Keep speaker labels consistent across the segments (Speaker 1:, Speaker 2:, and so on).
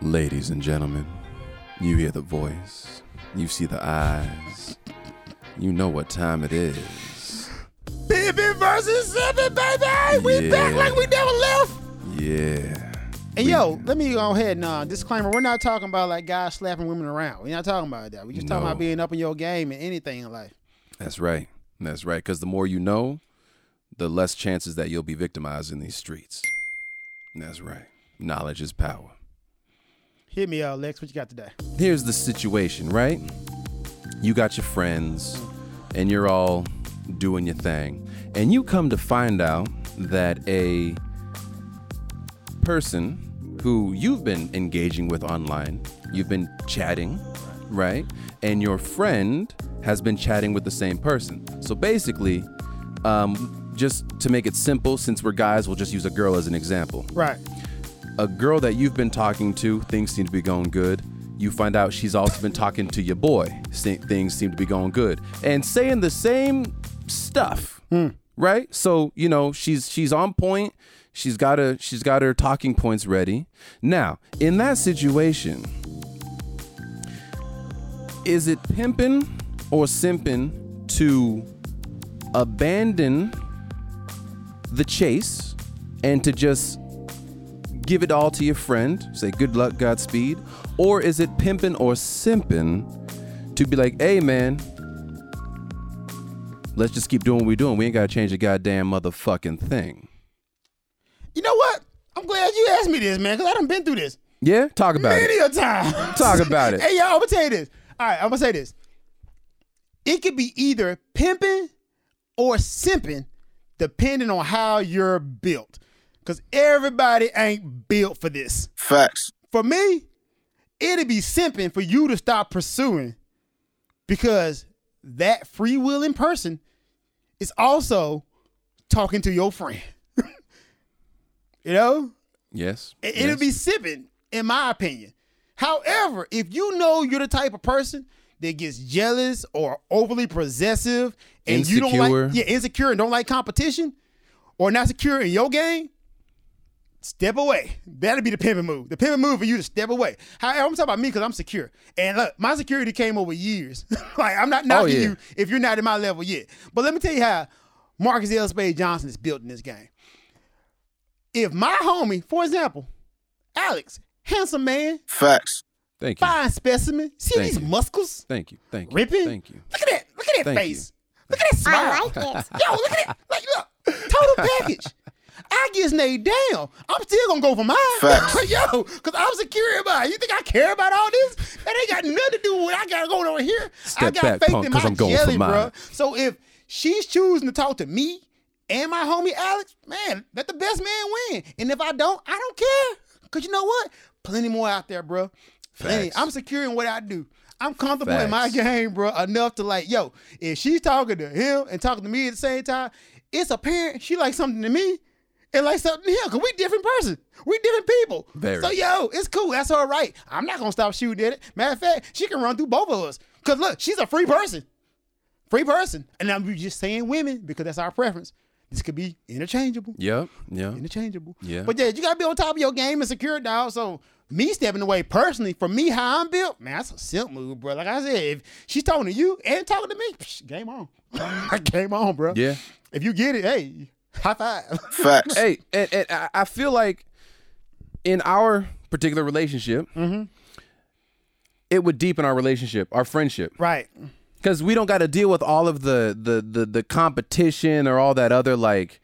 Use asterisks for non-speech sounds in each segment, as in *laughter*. Speaker 1: Ladies and gentlemen, you hear the voice, you see the eyes, you know what time it is.
Speaker 2: Pippin versus Sippin, baby. We
Speaker 1: Yeah.
Speaker 2: back like we never left.
Speaker 1: Yeah.
Speaker 2: And yo, let me go ahead and uh, disclaimer: we're not talking about like guys slapping women around. We're not talking about that. We're just talking
Speaker 1: No.
Speaker 2: about being up in your game and anything in life.
Speaker 1: That's right. That's right. Because the more you know, the less chances that you'll be victimized in these streets. That's right. Knowledge is power.
Speaker 2: Hit me up, Lex. What you got today?
Speaker 1: here's the situation, right? You got your friends and you're all doing your thing. And you come to find out that a person who you've been engaging with online, you've been chatting, right? And your friend has been chatting with the same person. So basically, um, just to make it simple, since we're guys, we'll just use a girl as an example
Speaker 2: Right.
Speaker 1: a girl that you've been talking to, things seem to be going good. You find out she's also been talking to your boy. Se- Things seem to be going good, and saying the same stuff, right? So you know she's she's on point. She's got a she's got her talking points ready. Now in that situation, is it pimping or simping to abandon the chase and to just give it all to your friend, say good luck, Godspeed? Or is it pimping or simping to be like, hey man, let's just keep doing what we're doing. We ain't gotta change a goddamn motherfucking thing.
Speaker 2: You know what? I'm glad you asked me this, man, because I done been through this
Speaker 1: Yeah? Talk about
Speaker 2: many
Speaker 1: it.
Speaker 2: a time.
Speaker 1: Talk
Speaker 2: *laughs*
Speaker 1: about it.
Speaker 2: hey, y'all, I'm gonna tell you this. All right, I'm gonna say this. It could be either pimping or simping, depending on how you're built. Cause everybody ain't built for this.
Speaker 3: Facts.
Speaker 2: for me, it'd be simping for you to stop pursuing because that free willing person is also talking to your friend. *laughs* you know?
Speaker 1: Yes.
Speaker 2: It, will
Speaker 1: yes.
Speaker 2: be simping, in my opinion. However, if you know you're the type of person that gets jealous or overly possessive and you don't
Speaker 1: Insecure.
Speaker 2: like yeah, insecure and don't like competition or not secure in your game, step away. That'll be the pimping move. The pimping move for you to step away. However, I'm talking about me because I'm secure. And look, my security came over years. *laughs* like I'm not knocking
Speaker 1: Oh, yeah.
Speaker 2: you if you're not at my level yet. But let me tell you how Marcus L. Spade Johnson is built in this game. If my homie, for example, Alex, handsome man,
Speaker 3: Facts.
Speaker 1: Thank you.
Speaker 2: fine specimen, see
Speaker 1: Thank
Speaker 2: these
Speaker 1: you.
Speaker 2: muscles
Speaker 1: Thank you. Thank you.
Speaker 2: ripping?
Speaker 1: Thank you.
Speaker 2: Look at that. Look at that
Speaker 1: Thank
Speaker 2: face. Look at that smile.
Speaker 4: I like it.
Speaker 2: *laughs* Yo, look at that. Like, look,
Speaker 1: *laughs*
Speaker 2: total package. I get laid down. I'm still gonna go for mine. *laughs*
Speaker 3: Facts.
Speaker 2: Yo, because I'm secure about it. You think I care about all this? That ain't got nothing to do with what I got going on here. I
Speaker 1: Step
Speaker 2: got
Speaker 1: back,
Speaker 2: faith
Speaker 1: punk,
Speaker 2: in
Speaker 1: 'cause
Speaker 2: my
Speaker 1: I'm going for
Speaker 2: jelly,
Speaker 1: mine.
Speaker 2: bruh. So if she's choosing to talk to me and my homie Alex, man, let the best man win. And if I don't, I don't care. Cause you know what? Plenty more out there, bro. Plenty.
Speaker 1: Facts.
Speaker 2: I'm secure in what I do. I'm comfortable in my
Speaker 1: Facts.
Speaker 2: game, bro, enough to like, yo, if she's talking to him and talking to me at the same time, it's apparent she likes something to me and likes something to him. Cause we different person. We different people.
Speaker 1: Very.
Speaker 2: So yo, it's cool. That's her right. I'm not gonna stop shooting at it. Matter of fact, she can run through both of us. Cause look, she's a free person. Free person. And I'm just saying women because that's our preference. This could be interchangeable
Speaker 1: Yep. Yep.
Speaker 2: interchangeable.
Speaker 1: Yeah.
Speaker 2: But yeah, you gotta be on top of your game and secure, dog. So me stepping away personally, for me, how I'm built, man, that's a simp move, bro. Like I said, if she's talking to you and talking to me, psh, game on. *laughs* game on, bro.
Speaker 1: Yeah.
Speaker 2: If you get it, hey,
Speaker 1: *laughs*
Speaker 2: high five.
Speaker 3: Facts.
Speaker 1: hey, and, and I- I feel like in our particular relationship,
Speaker 2: Mm-hmm.
Speaker 1: it would deepen our relationship, our friendship.
Speaker 2: right.
Speaker 1: because we don't got to deal with all of the, the the the competition or all that other like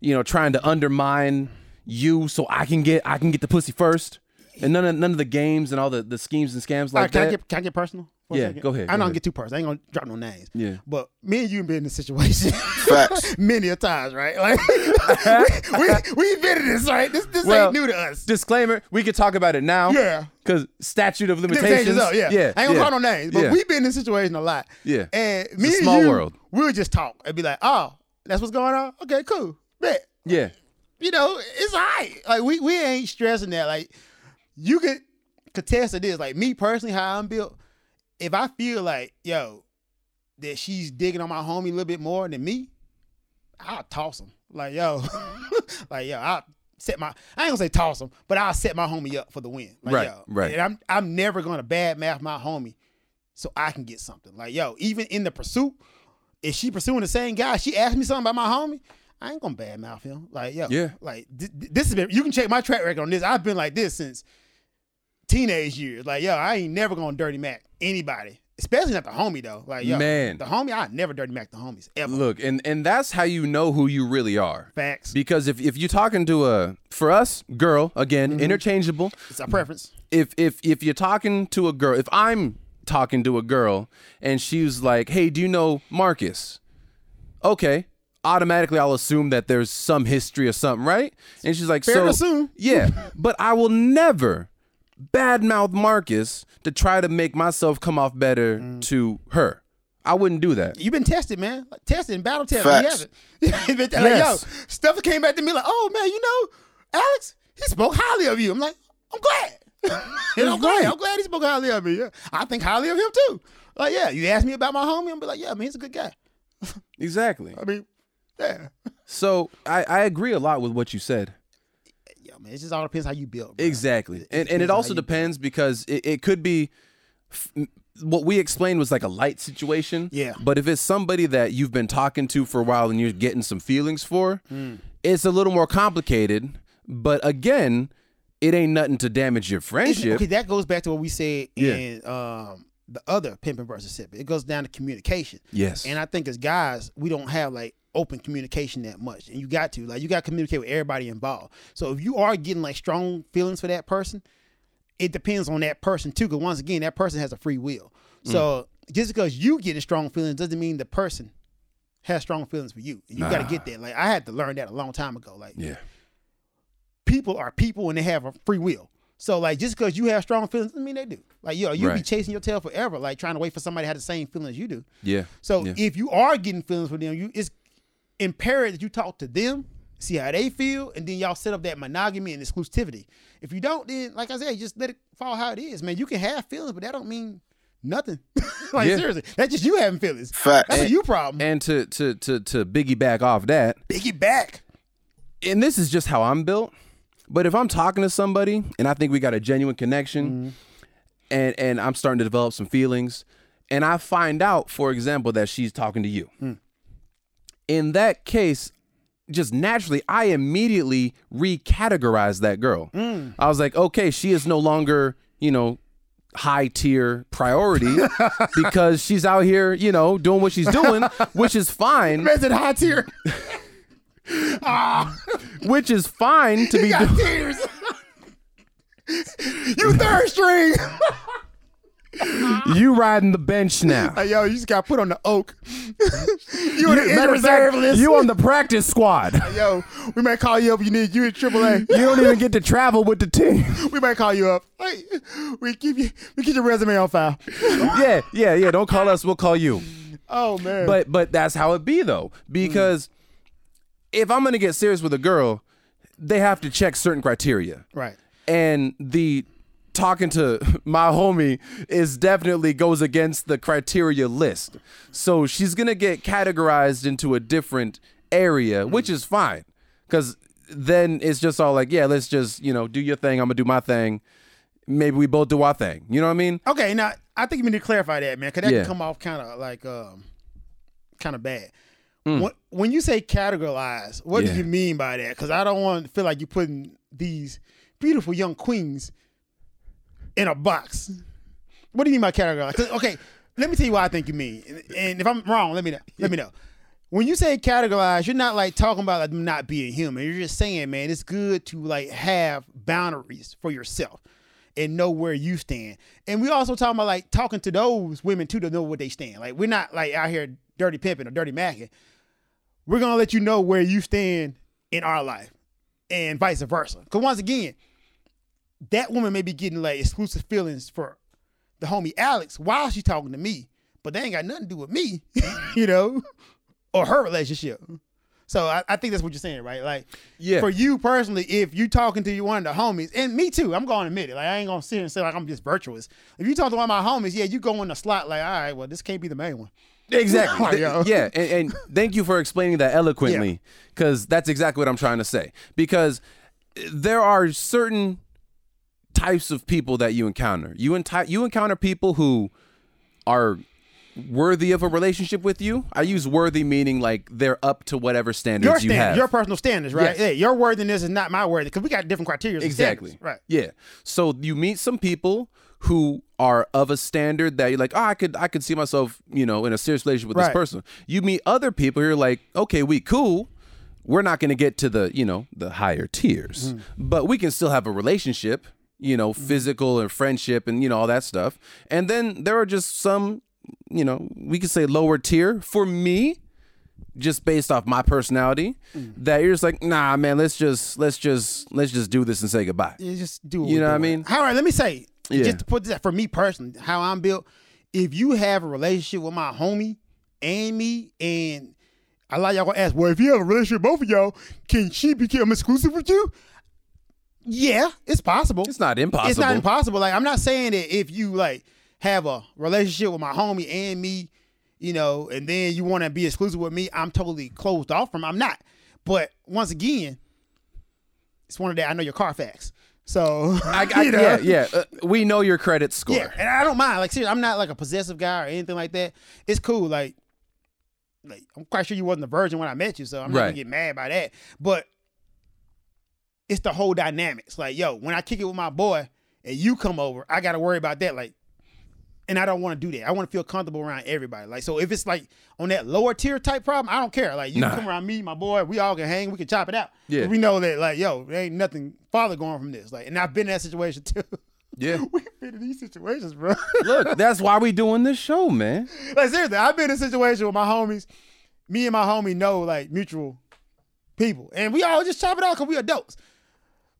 Speaker 1: you know trying to undermine you so i can get i can get the pussy first and none of none of the games and all the, the schemes and scams like
Speaker 2: All right, can, I
Speaker 1: that
Speaker 2: get, can I get personal? for a
Speaker 1: Yeah,
Speaker 2: second?
Speaker 1: go ahead,
Speaker 2: I
Speaker 1: go
Speaker 2: don't
Speaker 1: ahead.
Speaker 2: get too personal. I ain't gonna drop no names.
Speaker 1: Yeah.
Speaker 2: But me and you been in this situation *laughs*
Speaker 3: Facts.
Speaker 2: many a times, right? *laughs*
Speaker 1: *laughs*
Speaker 2: Like we, we we've been in this, right? This this
Speaker 1: Well,
Speaker 2: ain't new to us.
Speaker 1: disclaimer we could talk about it now
Speaker 2: Yeah.
Speaker 1: because statute of limitations,
Speaker 2: limitations up, yeah.
Speaker 1: yeah
Speaker 2: I ain't gonna
Speaker 1: yeah,
Speaker 2: call no names, but
Speaker 1: yeah.
Speaker 2: we've been in this situation a lot.
Speaker 1: Yeah.
Speaker 2: And
Speaker 1: It's
Speaker 2: me
Speaker 1: a
Speaker 2: and
Speaker 1: small
Speaker 2: you,
Speaker 1: world.
Speaker 2: we'll just talk and be like, oh, that's what's going on? Okay, cool. Bet.
Speaker 1: yeah
Speaker 2: You know, it's all right. Like we we ain't stressing that. Like you could contest to this. Like me personally, how I'm built, if I feel like, yo, that she's digging on my homie a little bit more than me, I'll toss him. *laughs* Like, yo, like, yo, I set my I ain't gonna say toss him, but I'll set my homie up for the win. Like,
Speaker 1: Right,
Speaker 2: yo,
Speaker 1: right.
Speaker 2: And I'm I'm never gonna badmouth my homie so I can get something. Like, yo, even in the pursuit, if she pursuing the same guy, she asked me something about my homie. I ain't gonna badmouth him. Like, yo,
Speaker 1: Yeah.
Speaker 2: Like th- th- this has been. You can check my track record on this. I've been like this since teenage years. Like, yo, I ain't never gonna dirty mac anybody, especially not the homie though. Like, yo,
Speaker 1: Man.
Speaker 2: the homie, I never dirty mac the homies ever.
Speaker 1: Look, and and that's how you know who you really are.
Speaker 2: Facts.
Speaker 1: Because if if you're talking to a for us girl again
Speaker 2: Mm-hmm.
Speaker 1: interchangeable,
Speaker 2: It's a preference.
Speaker 1: if if if you're talking to a girl, if I'm talking to a girl and she's like, "Hey, do you know Marcus?" Okay, automatically I'll assume that there's some history or something, right? And she's like,
Speaker 2: to
Speaker 1: "So
Speaker 2: assume."
Speaker 1: *laughs* yeah," but I will never badmouth Marcus to try to make myself come off better
Speaker 2: Mm.
Speaker 1: to her. I wouldn't do that.
Speaker 2: You've been tested, man. Like, tested in battle tested.
Speaker 3: Facts.
Speaker 2: You haven't. *laughs* You've been tested.
Speaker 1: Yes.
Speaker 2: Like, yo, stuff that came back to me like, oh man, you know, Alex, he spoke highly of you. I'm like, I'm glad. *laughs* and I'm glad.
Speaker 1: right.
Speaker 2: I'm glad he spoke highly of me. Yeah. I think highly of him too. Like, yeah, you ask me about my homie, I'm be like, yeah, I mean, he's a good guy.
Speaker 1: Exactly.
Speaker 2: I mean, yeah. *laughs*
Speaker 1: So I, I agree a lot with what you said.
Speaker 2: Yeah, man, it just all depends how you build. bro.
Speaker 1: Exactly, and and
Speaker 2: depends
Speaker 1: it
Speaker 2: on
Speaker 1: also
Speaker 2: how you-
Speaker 1: depends because it, it could be f- m- what we explained was like a light situation.
Speaker 2: Yeah.
Speaker 1: But if it's somebody that you've been talking to for a while and you're getting some feelings for,
Speaker 2: Hmm.
Speaker 1: it's a little more complicated. But again, it ain't nothing to damage your
Speaker 2: It's-
Speaker 1: friendship.
Speaker 2: Okay, that goes back to what we said
Speaker 1: Yeah.
Speaker 2: in um, the other pimping versus sipping. It goes down to communication.
Speaker 1: Yes.
Speaker 2: And I think as guys, we don't have like open communication that much. And you got to. Like you got to communicate with everybody involved. So if you are getting like strong feelings for that person, it depends on that person too. Cause once again, that person has a free will.
Speaker 1: Mm.
Speaker 2: So just because you getting strong feelings doesn't mean the person has strong feelings for you. And you gotta get that. Like I had to learn that a long time ago. Like
Speaker 1: yeah.
Speaker 2: people are people and they have a free will. So like just because you have strong feelings doesn't mean they do. Like yo, you be
Speaker 1: Right.
Speaker 2: chasing your tail forever, like trying to wait for somebody to have the same feelings you do.
Speaker 1: Yeah.
Speaker 2: So
Speaker 1: yeah.
Speaker 2: if you are getting feelings for them, you it's imperative that you talk to them, see how they feel, and then y'all set up that monogamy and exclusivity. If you don't, then like I said, just let it fall how it is, man. You can have feelings, but that don't mean nothing. *laughs* like
Speaker 1: Yeah.
Speaker 2: seriously, that's just you having feelings.
Speaker 3: Facts.
Speaker 2: That's a you problem.
Speaker 1: and to to to to biggie back off that,
Speaker 2: Biggie back.
Speaker 1: and this is just how I'm built. But if I'm talking to somebody and I think we got a genuine connection,
Speaker 2: Mm-hmm.
Speaker 1: and and I'm starting to develop some feelings, and I find out, for example, that she's talking to you.
Speaker 2: Hmm.
Speaker 1: In that case, just naturally, I immediately recategorized that girl.
Speaker 2: Mm.
Speaker 1: I was like, okay, she is no longer, you know, high tier
Speaker 2: *laughs*
Speaker 1: priority because she's out here, you know, doing what she's doing, which is fine.
Speaker 2: Man's in high tier. ah,
Speaker 1: Which is fine to
Speaker 2: *laughs*
Speaker 1: be
Speaker 2: he got
Speaker 1: doing.
Speaker 2: tears.
Speaker 1: *laughs*
Speaker 2: you third string.
Speaker 1: You riding the bench *laughs* now.
Speaker 2: Hey, yo, you just got put on the oak. *laughs* you in the injured
Speaker 1: Matter of fact,
Speaker 2: reserve list.
Speaker 1: You on the practice squad.
Speaker 2: Yo, we might call you up. You need you in AAA.
Speaker 1: You don't even get to travel with the team.
Speaker 2: We might call you up. Hey, we keep you. We keep your resume on file.
Speaker 1: *laughs* yeah, yeah, yeah. Don't call us. We'll call you.
Speaker 2: Oh man.
Speaker 1: But but that's how it be though. Because if I'm gonna get serious with a girl, they have to check certain criteria.
Speaker 2: right.
Speaker 1: And the talking to *laughs* my homie is definitely goes against the criteria list. So she's gonna get categorized into a different area, which is fine. Cause then it's just all like, yeah, let's just, you know, do your thing, I'm gonna do my thing. Maybe we both do our thing. You know what I mean?
Speaker 2: Okay. Now I think we need to clarify that, man, because that
Speaker 1: Yeah.
Speaker 2: can come off kind of like um, kind of bad. When, when you say categorize, what
Speaker 1: Hmm. Yeah.
Speaker 2: do you mean by that? Because I don't want to feel like you're putting these beautiful young queens in a box. What do you mean by categorize? 'Cause- okay, let me tell you what I think you mean. And- And if I'm wrong, let me know. Let me know. When you say categorize, you're not like talking about like not being human. You're just saying, man, it's good to like have boundaries for yourself and know where you stand. And we also talking about like talking to those women too to know what they stand. Like we're not like out here dirty pimping or dirty macking. We're gonna let you know where you stand in our life and vice versa. Cause once again, that woman may be getting like exclusive feelings for the homie Alex while she's talking to me, but they ain't got nothing to do with me, *laughs* you know, or her relationship. So I, I think that's what you're saying, right? Like,
Speaker 1: Yeah.
Speaker 2: for you personally, if you talking to one of the homies, and me too, I'm going to admit it. Like, I ain't gonna sit here and say like I'm just virtuous. If you talk to one of my homies, yeah, you go in the slot. Like, all right, well, this can't be the main one.
Speaker 1: Exactly.
Speaker 2: Like,
Speaker 1: Th-
Speaker 2: yo.
Speaker 1: yeah, and, and thank you for explaining that eloquently, because that's exactly what I'm trying to say. Because there are certain types of people that you encounter. You enti- you encounter people who are worthy of a relationship with you. I use worthy meaning like they're up to whatever standards
Speaker 2: Your
Speaker 1: you have.
Speaker 2: standards, your personal standards, right?
Speaker 1: Yes.
Speaker 2: Yeah, your worthiness is not my worthiness because we got different criteria. and
Speaker 1: Exactly.
Speaker 2: standards, Right.
Speaker 1: Yeah. So you meet some people who are of a standard that you're like, oh, I could I could see myself, you know, in a serious relationship with this
Speaker 2: Right.
Speaker 1: person. You meet other people who are like, okay, we cool. We're not gonna get to the, you know, the higher tiers. But we can still have a relationship, you know, physical and friendship and you know, all that stuff. And then there are just some, you know, we could say lower tier. For me, just based off my personality, that you're just like, nah, man, let's just let's just let's just do this and say goodbye.
Speaker 2: You just do. What
Speaker 1: You
Speaker 2: we're
Speaker 1: know what I
Speaker 2: doing.
Speaker 1: mean?
Speaker 2: All right. Let me say
Speaker 1: Yeah.
Speaker 2: just to put this out, for me personally, how I'm built. If you have a relationship with my homie and me, and a lot of y'all gonna ask, well, if you have a relationship with both of y'all, can she become exclusive with you? Yeah, it's possible.
Speaker 1: It's not impossible.
Speaker 2: It's not impossible. Like I'm not saying that if you like have a relationship with my homie and me, you know, and then you want to be exclusive with me, I'm totally closed off from. I'm not. But once again, it's one of that. I know your Carfax, so
Speaker 1: I,
Speaker 2: *laughs*
Speaker 1: I,
Speaker 2: you know.
Speaker 1: Yeah, yeah. Uh, we know your credit score.
Speaker 2: Yeah, and I don't mind. Like, seriously, I'm not like a possessive guy or anything like that. It's cool. Like, like I'm quite sure you wasn't a virgin when I met you, so I'm not gonna
Speaker 1: Right.
Speaker 2: get mad by that. But it's the whole dynamics. Like, yo, when I kick it with my boy and you come over, I gotta worry about that. Like, and I don't want to do that. I want to feel comfortable around everybody. Like, so if it's like on that lower tier type problem, I don't care. Like, you
Speaker 1: Nah.
Speaker 2: come around me, my boy, we all can hang, we can chop it out.
Speaker 1: Yeah.
Speaker 2: we know that. Like, yo, there ain't nothing farther going from this. Like, and I've been in that situation *laughs* too.
Speaker 1: Yeah.
Speaker 2: *laughs* We've been in these situations, bro. *laughs*
Speaker 1: Look, that's why we doing this show, man.
Speaker 2: like seriously, I've been in a situation with my homies. Me and my homie know like mutual people, and we all just chop it out because we adults.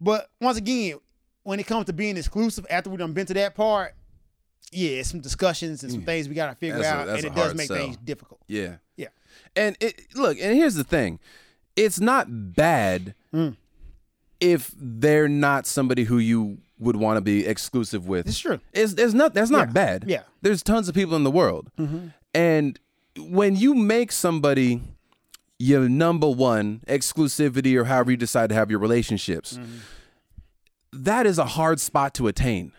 Speaker 2: But once again, when it comes to being exclusive, after we done been to that part, yeah, it's some discussions and some things we gotta figure
Speaker 1: Mm. That's a-
Speaker 2: out,
Speaker 1: that's a
Speaker 2: and it does
Speaker 1: hard
Speaker 2: make
Speaker 1: sell.
Speaker 2: things difficult.
Speaker 1: Yeah.
Speaker 2: Yeah.
Speaker 1: And it, look, and here's the thing. It's not bad
Speaker 2: Mm.
Speaker 1: if they're not somebody who you would want to be exclusive with.
Speaker 2: It's true.
Speaker 1: It's, it's not that's not
Speaker 2: Yeah.
Speaker 1: bad.
Speaker 2: Yeah. Mm-hmm.
Speaker 1: There's tons of people in the world. And when you make somebody your number one exclusivity or however you decide to have your relationships,
Speaker 2: Mm-hmm.
Speaker 1: that is a hard spot to attain.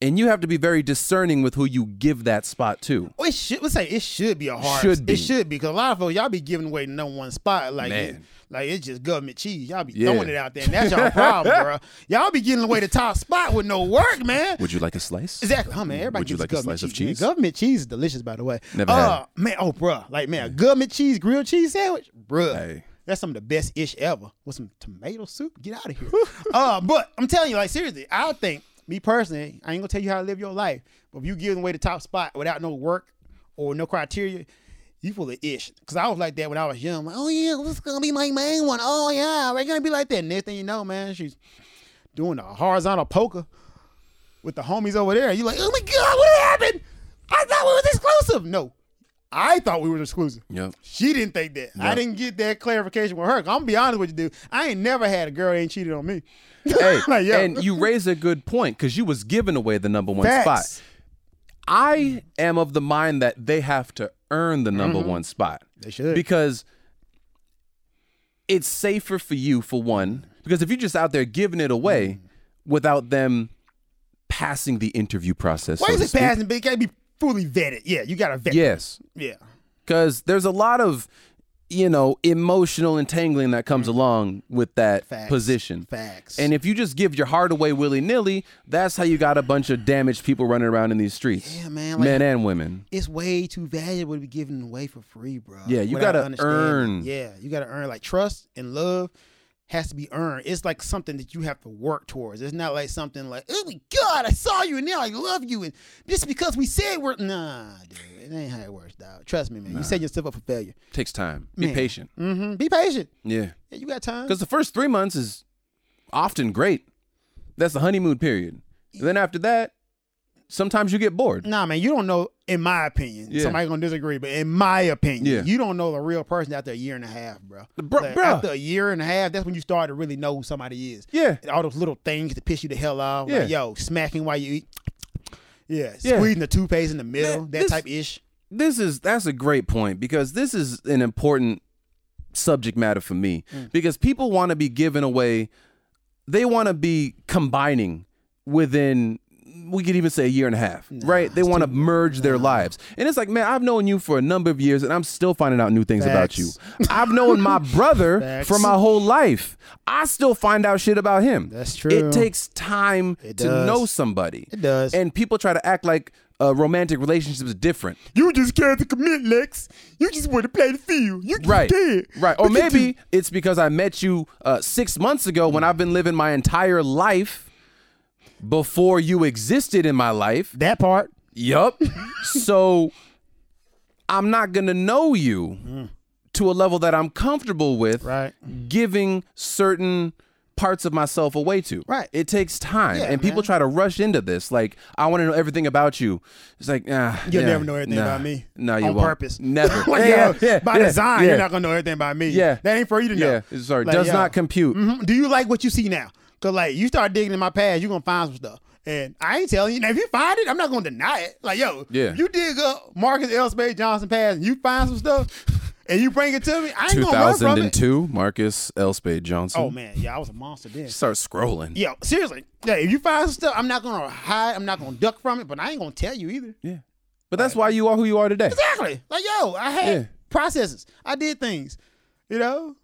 Speaker 1: And you have to be very discerning with who you give that spot to.
Speaker 2: Well, Oh, it should. Let's say it should be a hard.
Speaker 1: Should be.
Speaker 2: It should be because a lot of folks y'all be giving away the number one spot like
Speaker 1: Man.
Speaker 2: it- like it's just government cheese. Y'all be
Speaker 1: Yeah.
Speaker 2: throwing it out there, and that's y'all
Speaker 1: *laughs*
Speaker 2: problem, bro. Y'all be giving away the top spot with no work, man.
Speaker 1: Would you like a slice?
Speaker 2: Exactly. Oh man, everybody
Speaker 1: Would you
Speaker 2: gets
Speaker 1: like a
Speaker 2: government
Speaker 1: slice of
Speaker 2: cheese. man.
Speaker 1: cheese?
Speaker 2: Government cheese is delicious, by the way.
Speaker 1: Never
Speaker 2: uh,
Speaker 1: had
Speaker 2: man, oh bruh. Like man, a government cheese grilled cheese sandwich, bruh.
Speaker 1: Hey.
Speaker 2: That's some of the best ish ever. With some tomato soup. Get out of here. *laughs* uh, but I'm telling you, like seriously, I think me personally, I ain't gonna tell you how to live your life. But if you giving away the top spot without no work or no criteria, you full of ish. Cause I was like that when I was young. Like, oh yeah, this is gonna be my main one. Oh yeah, we're gonna be like that. Next thing you know, man, she's doing a horizontal poker with the homies over there. You like, oh my god, what happened? I thought we was exclusive. No, I thought we were exclusive.
Speaker 1: Yep.
Speaker 2: She didn't think that. I didn't get that clarification with her. I'm gonna be honest with you, dude. I ain't never had a girl that ain't cheated on me. *laughs*
Speaker 1: Hey,
Speaker 2: Like, yo.
Speaker 1: and you raise a good point because you was giving away the number one
Speaker 2: Facts.
Speaker 1: spot. I am of the mind that they have to earn the number
Speaker 2: Mm-hmm.
Speaker 1: one spot.
Speaker 2: They should.
Speaker 1: Because it's safer for you, for one. Because if you're just out there giving it away
Speaker 2: Mm-hmm.
Speaker 1: without them passing the interview process.
Speaker 2: Why
Speaker 1: so
Speaker 2: is
Speaker 1: to
Speaker 2: it
Speaker 1: speak-
Speaker 2: passing? But it gotta be fully vetted. Yeah, you gotta vet.
Speaker 1: Yes.
Speaker 2: yeah.
Speaker 1: Because there's a lot of, you know, emotional entangling that comes along with that
Speaker 2: Mm-hmm. Facts.
Speaker 1: position.
Speaker 2: Facts.
Speaker 1: And if you just give your heart away willy nilly, that's how you got a bunch of damaged people running around in these streets.
Speaker 2: Yeah, man, like-
Speaker 1: Men and women.
Speaker 2: it's way too valuable to be given away for free, bro.
Speaker 1: Yeah, you
Speaker 2: Without
Speaker 1: gotta
Speaker 2: understanding.
Speaker 1: earn.
Speaker 2: Yeah, you gotta earn. Like trust and love has to be earned. It's like something that you have to work towards. It's not like something like, oh my god, I saw you and now I love you, and just because we said we're nah, dude, it ain't how it works, dog. Trust me, man. You set yourself up for failure.
Speaker 1: Takes time. Be
Speaker 2: Man.
Speaker 1: patient.
Speaker 2: hmm Be patient.
Speaker 1: Yeah.
Speaker 2: Yeah, you got time.
Speaker 1: Because the first three months is often great. That's the honeymoon period. And then after that, sometimes you get bored.
Speaker 2: Nah, man, you don't know. In my opinion,
Speaker 1: Yeah.
Speaker 2: somebody gonna disagree, but in my opinion,
Speaker 1: Yeah.
Speaker 2: you don't know the real person after a year and a half, bro.
Speaker 1: Bro-
Speaker 2: Like,
Speaker 1: bruh.
Speaker 2: After a year and a half, that's when you start to really know who somebody is.
Speaker 1: Yeah.
Speaker 2: And all those little things that piss you the hell off.
Speaker 1: Yeah.
Speaker 2: Like, yo, smacking while you eat. Yeah,
Speaker 1: Yeah.
Speaker 2: squeezing the toothpaste in the middle,
Speaker 1: Man,
Speaker 2: that
Speaker 1: this-
Speaker 2: type ish.
Speaker 1: This is that's a great point because this is an
Speaker 2: Mm.
Speaker 1: important subject matter for me because people want to be giving away they want to be combining within we could even say a year and a half, right? They want to merge their lives. And it's like, man, I've known you for a number of years and I'm still finding out new things about you.
Speaker 2: *laughs*
Speaker 1: I've known my brother
Speaker 2: Facts.
Speaker 1: for my whole life. I still find out shit about him.
Speaker 2: That's true.
Speaker 1: It takes time to
Speaker 2: does.
Speaker 1: know somebody.
Speaker 2: It does.
Speaker 1: And people try to act like a romantic relationship is different.
Speaker 2: You just scared to commit, Lex. You just want to play the field. You just
Speaker 1: Right.
Speaker 2: scared.
Speaker 1: Right. Or
Speaker 2: Look at you.
Speaker 1: maybe it's because I met you uh, six months ago when I've been living my entire life before you existed in my life.
Speaker 2: that part.
Speaker 1: Yup. *laughs* so I'm not going to know you to a level that I'm comfortable with
Speaker 2: Mm. Right.
Speaker 1: giving certain parts of myself away to.
Speaker 2: Right.
Speaker 1: It takes time.
Speaker 2: Yeah,
Speaker 1: and people
Speaker 2: man.
Speaker 1: try to rush into this. Like, I want to know everything about you. It's like, ah,
Speaker 2: You'll
Speaker 1: yeah,
Speaker 2: never know everything
Speaker 1: nah,
Speaker 2: about me.
Speaker 1: No, you
Speaker 2: on
Speaker 1: won't.
Speaker 2: purpose.
Speaker 1: Never.
Speaker 2: *laughs* like,
Speaker 1: Yeah,
Speaker 2: yo,
Speaker 1: yeah,
Speaker 2: by
Speaker 1: yeah,
Speaker 2: design,
Speaker 1: yeah.
Speaker 2: you're not gonna know everything about me.
Speaker 1: Yeah.
Speaker 2: That ain't
Speaker 1: *laughs*
Speaker 2: for you to know.
Speaker 1: Yeah, sorry.
Speaker 2: Like,
Speaker 1: does
Speaker 2: yo,
Speaker 1: not compute.
Speaker 2: mhm, Do you like what you see now? Cause like you start digging in my past, you're gonna find some stuff. And I ain't telling you. Now if you find it, I'm not gonna deny it. Like, yo,
Speaker 1: Yeah.
Speaker 2: you dig up Marcus L. Spade Johnson past and you find some stuff and you bring it to me, I ain't gonna run from it.
Speaker 1: 2002, Marcus L. Spade Johnson.
Speaker 2: Oh man, yeah, I was a monster then.
Speaker 1: Start scrolling.
Speaker 2: Yo, seriously. Yeah, if you find some stuff, I'm not gonna hide, I'm not gonna duck from it, but I ain't gonna tell you either.
Speaker 1: Yeah. But that's why you are who you are today.
Speaker 2: Exactly. Like, yo, I had
Speaker 1: Yeah.
Speaker 2: processes. I did things. You know?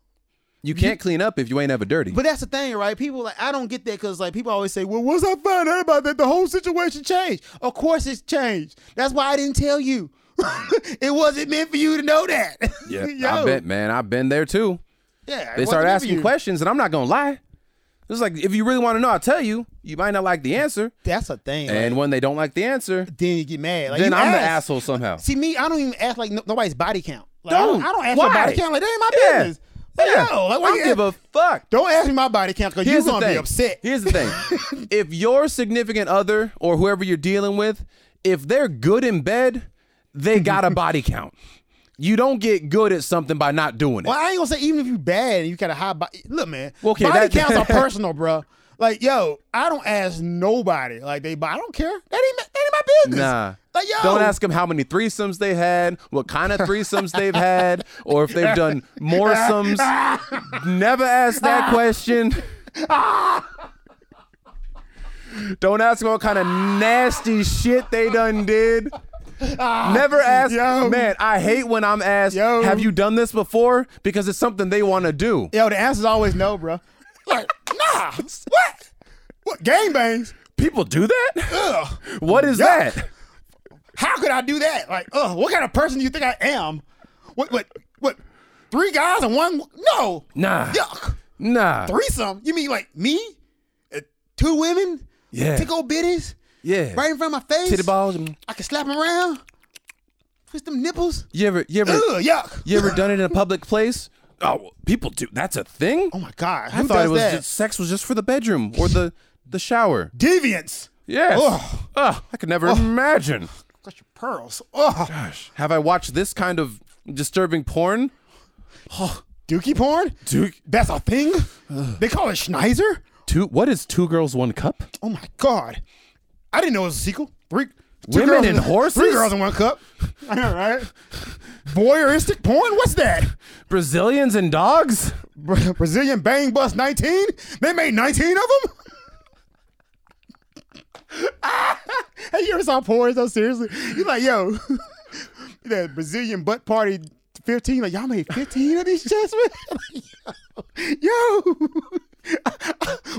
Speaker 1: You can't clean up if you ain't ever dirty.
Speaker 2: But that's the thing, right? People like I don't get that because like people always say, Well, once I found out about that, the whole situation changed. Of course it's changed. That's why I didn't tell you. *laughs* it wasn't meant for you to know that. *laughs*
Speaker 1: yeah.
Speaker 2: Yo.
Speaker 1: I bet, man. I've been there too.
Speaker 2: Yeah. it
Speaker 1: They
Speaker 2: wasn't
Speaker 1: start
Speaker 2: meant for
Speaker 1: asking
Speaker 2: you.
Speaker 1: questions, and I'm not gonna lie. It's like if you really want to know, I'll tell you. You might not like the answer,
Speaker 2: That's a thing.
Speaker 1: and
Speaker 2: like,
Speaker 1: when they don't like the answer,
Speaker 2: then you get mad. Like,
Speaker 1: then
Speaker 2: you
Speaker 1: I'm the
Speaker 2: asked.
Speaker 1: asshole somehow.
Speaker 2: See me, I don't even ask like no, nobody's body count. Like, I don't.
Speaker 1: Don't.
Speaker 2: I don't ask
Speaker 1: Why?
Speaker 2: my body count. Like that ain't my
Speaker 1: Yeah.
Speaker 2: business. Like,
Speaker 1: Yeah.
Speaker 2: yo, like, why
Speaker 1: I
Speaker 2: you
Speaker 1: don't give
Speaker 2: ask-
Speaker 1: a fuck.
Speaker 2: don't ask me my body count because you're
Speaker 1: Here's the
Speaker 2: gonna
Speaker 1: thing.
Speaker 2: be upset.
Speaker 1: Here's the thing.
Speaker 2: *laughs*
Speaker 1: if your significant other or whoever you're dealing with, if they're good in bed, they got a body count. You don't get good at something by not doing it.
Speaker 2: Well, I ain't gonna say even if you bad and you got a high body. Look, man,
Speaker 1: Well, okay,
Speaker 2: body
Speaker 1: that- *laughs*
Speaker 2: counts are personal, bro. Like, yo, I don't ask nobody. Like, they, I don't care. That ain't my- that ain't my business.
Speaker 1: Nah.
Speaker 2: Like, yo,
Speaker 1: Don't ask them how many threesomes they had, what kind of threesomes they've
Speaker 2: *laughs*
Speaker 1: had, or if they've done moresomes. Never ask that question. Don't ask them what kind of nasty shit they done did. Never ask.
Speaker 2: Ah, Yo.
Speaker 1: Man, I hate when I'm asked,
Speaker 2: Yo.
Speaker 1: have you done this before? Because it's something they want to do.
Speaker 2: Yo, the answer's always no, bro. Like, nah. *laughs* what? What gang bangs?
Speaker 1: People do that?
Speaker 2: Ugh.
Speaker 1: What is
Speaker 2: Yo.
Speaker 1: that?
Speaker 2: How could I do that? Like, oh, what kind of person do you think I am? What, what, what? Three guys and one? No.
Speaker 1: Nah.
Speaker 2: Yuck.
Speaker 1: Nah.
Speaker 2: Threesome? You mean like me? Uh, two women?
Speaker 1: Yeah.
Speaker 2: Tickle bitties?
Speaker 1: Yeah.
Speaker 2: Right in front of my face?
Speaker 1: Titty balls. mm.
Speaker 2: I can slap them around? Twist them nipples?
Speaker 1: You ever, you ever,
Speaker 2: Ugh, yuck.
Speaker 1: You ever done it in a public place? Oh, well, people do. That's a thing.
Speaker 2: Oh my God.
Speaker 1: I
Speaker 2: Who
Speaker 1: thought
Speaker 2: does
Speaker 1: it was
Speaker 2: that?
Speaker 1: just, sex was just for the bedroom or the the shower.
Speaker 2: deviants.
Speaker 1: Yes.
Speaker 2: Ugh.
Speaker 1: Ugh, I could never imagine.
Speaker 2: Got your pearls. Oh.
Speaker 1: Gosh, have I watched this kind of disturbing porn?
Speaker 2: Dookie porn?
Speaker 1: Two,
Speaker 2: That's a thing? They call it Schneizer?
Speaker 1: two. What is two girls one cup?
Speaker 2: Oh my God. I didn't know it was a sequel. Three. two
Speaker 1: Women
Speaker 2: girls
Speaker 1: and
Speaker 2: in-
Speaker 1: horses?
Speaker 2: Three girls in
Speaker 1: *laughs*
Speaker 2: one cup. All right. Voyeuristic porn? What's that?
Speaker 1: Brazilians and dogs?
Speaker 2: Bra- *laughs* Brazilian Bang Bus 19? They made 19 *laughs* of them? Have you ever saw porn though? Seriously? You're like, yo, *laughs* that Brazilian butt party 15, like, y'all made 15 of these chess men? *laughs* yo, *laughs* where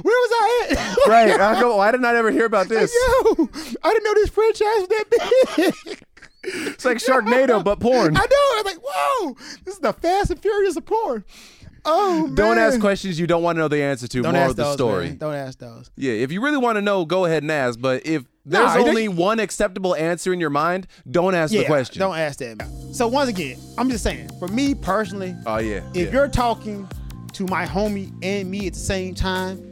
Speaker 2: was I at? *laughs*
Speaker 1: Right. I go, why did I ever hear about *laughs* this?
Speaker 2: Yo, I didn't know this franchise was that big. *laughs*
Speaker 1: It's like Sharknado, but *laughs* porn.
Speaker 2: I know. I was like, whoa, this is the fast and furious of porn. Oh, man.
Speaker 1: Don't ask questions you don't want to know the answer to.
Speaker 2: Don't
Speaker 1: More
Speaker 2: ask
Speaker 1: of the
Speaker 2: those,
Speaker 1: story.
Speaker 2: man. Don't ask those.
Speaker 1: Yeah, if you really want to know, go ahead and ask. But if there's
Speaker 2: Nah, they-
Speaker 1: only one acceptable answer in your mind, don't ask the question.
Speaker 2: Don't ask that. man. So once again, I'm just saying, for me personally,
Speaker 1: Oh yeah.
Speaker 2: if
Speaker 1: yeah.
Speaker 2: you're talking to my homie and me at the same time,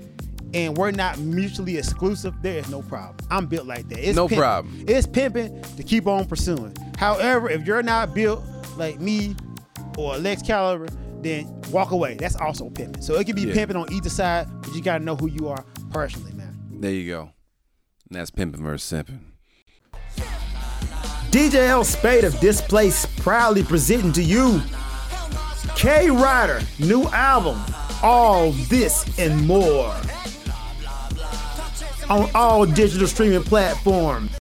Speaker 2: and we're not mutually exclusive, there is no problem. I'm built like that. It's
Speaker 1: No
Speaker 2: pimping.
Speaker 1: problem.
Speaker 2: It's pimping to keep on pursuing. However, if you're not built like me or Lex Caliber, then walk away. That's also pimping. So it can be
Speaker 1: Yeah.
Speaker 2: pimping on either side, but you gotta know who you are personally, man.
Speaker 1: there you go. And that's pimping versus simping.
Speaker 3: DJ L Spade of Displace proudly presenting to you K Rider new album, All This and More.
Speaker 2: on all digital streaming platforms.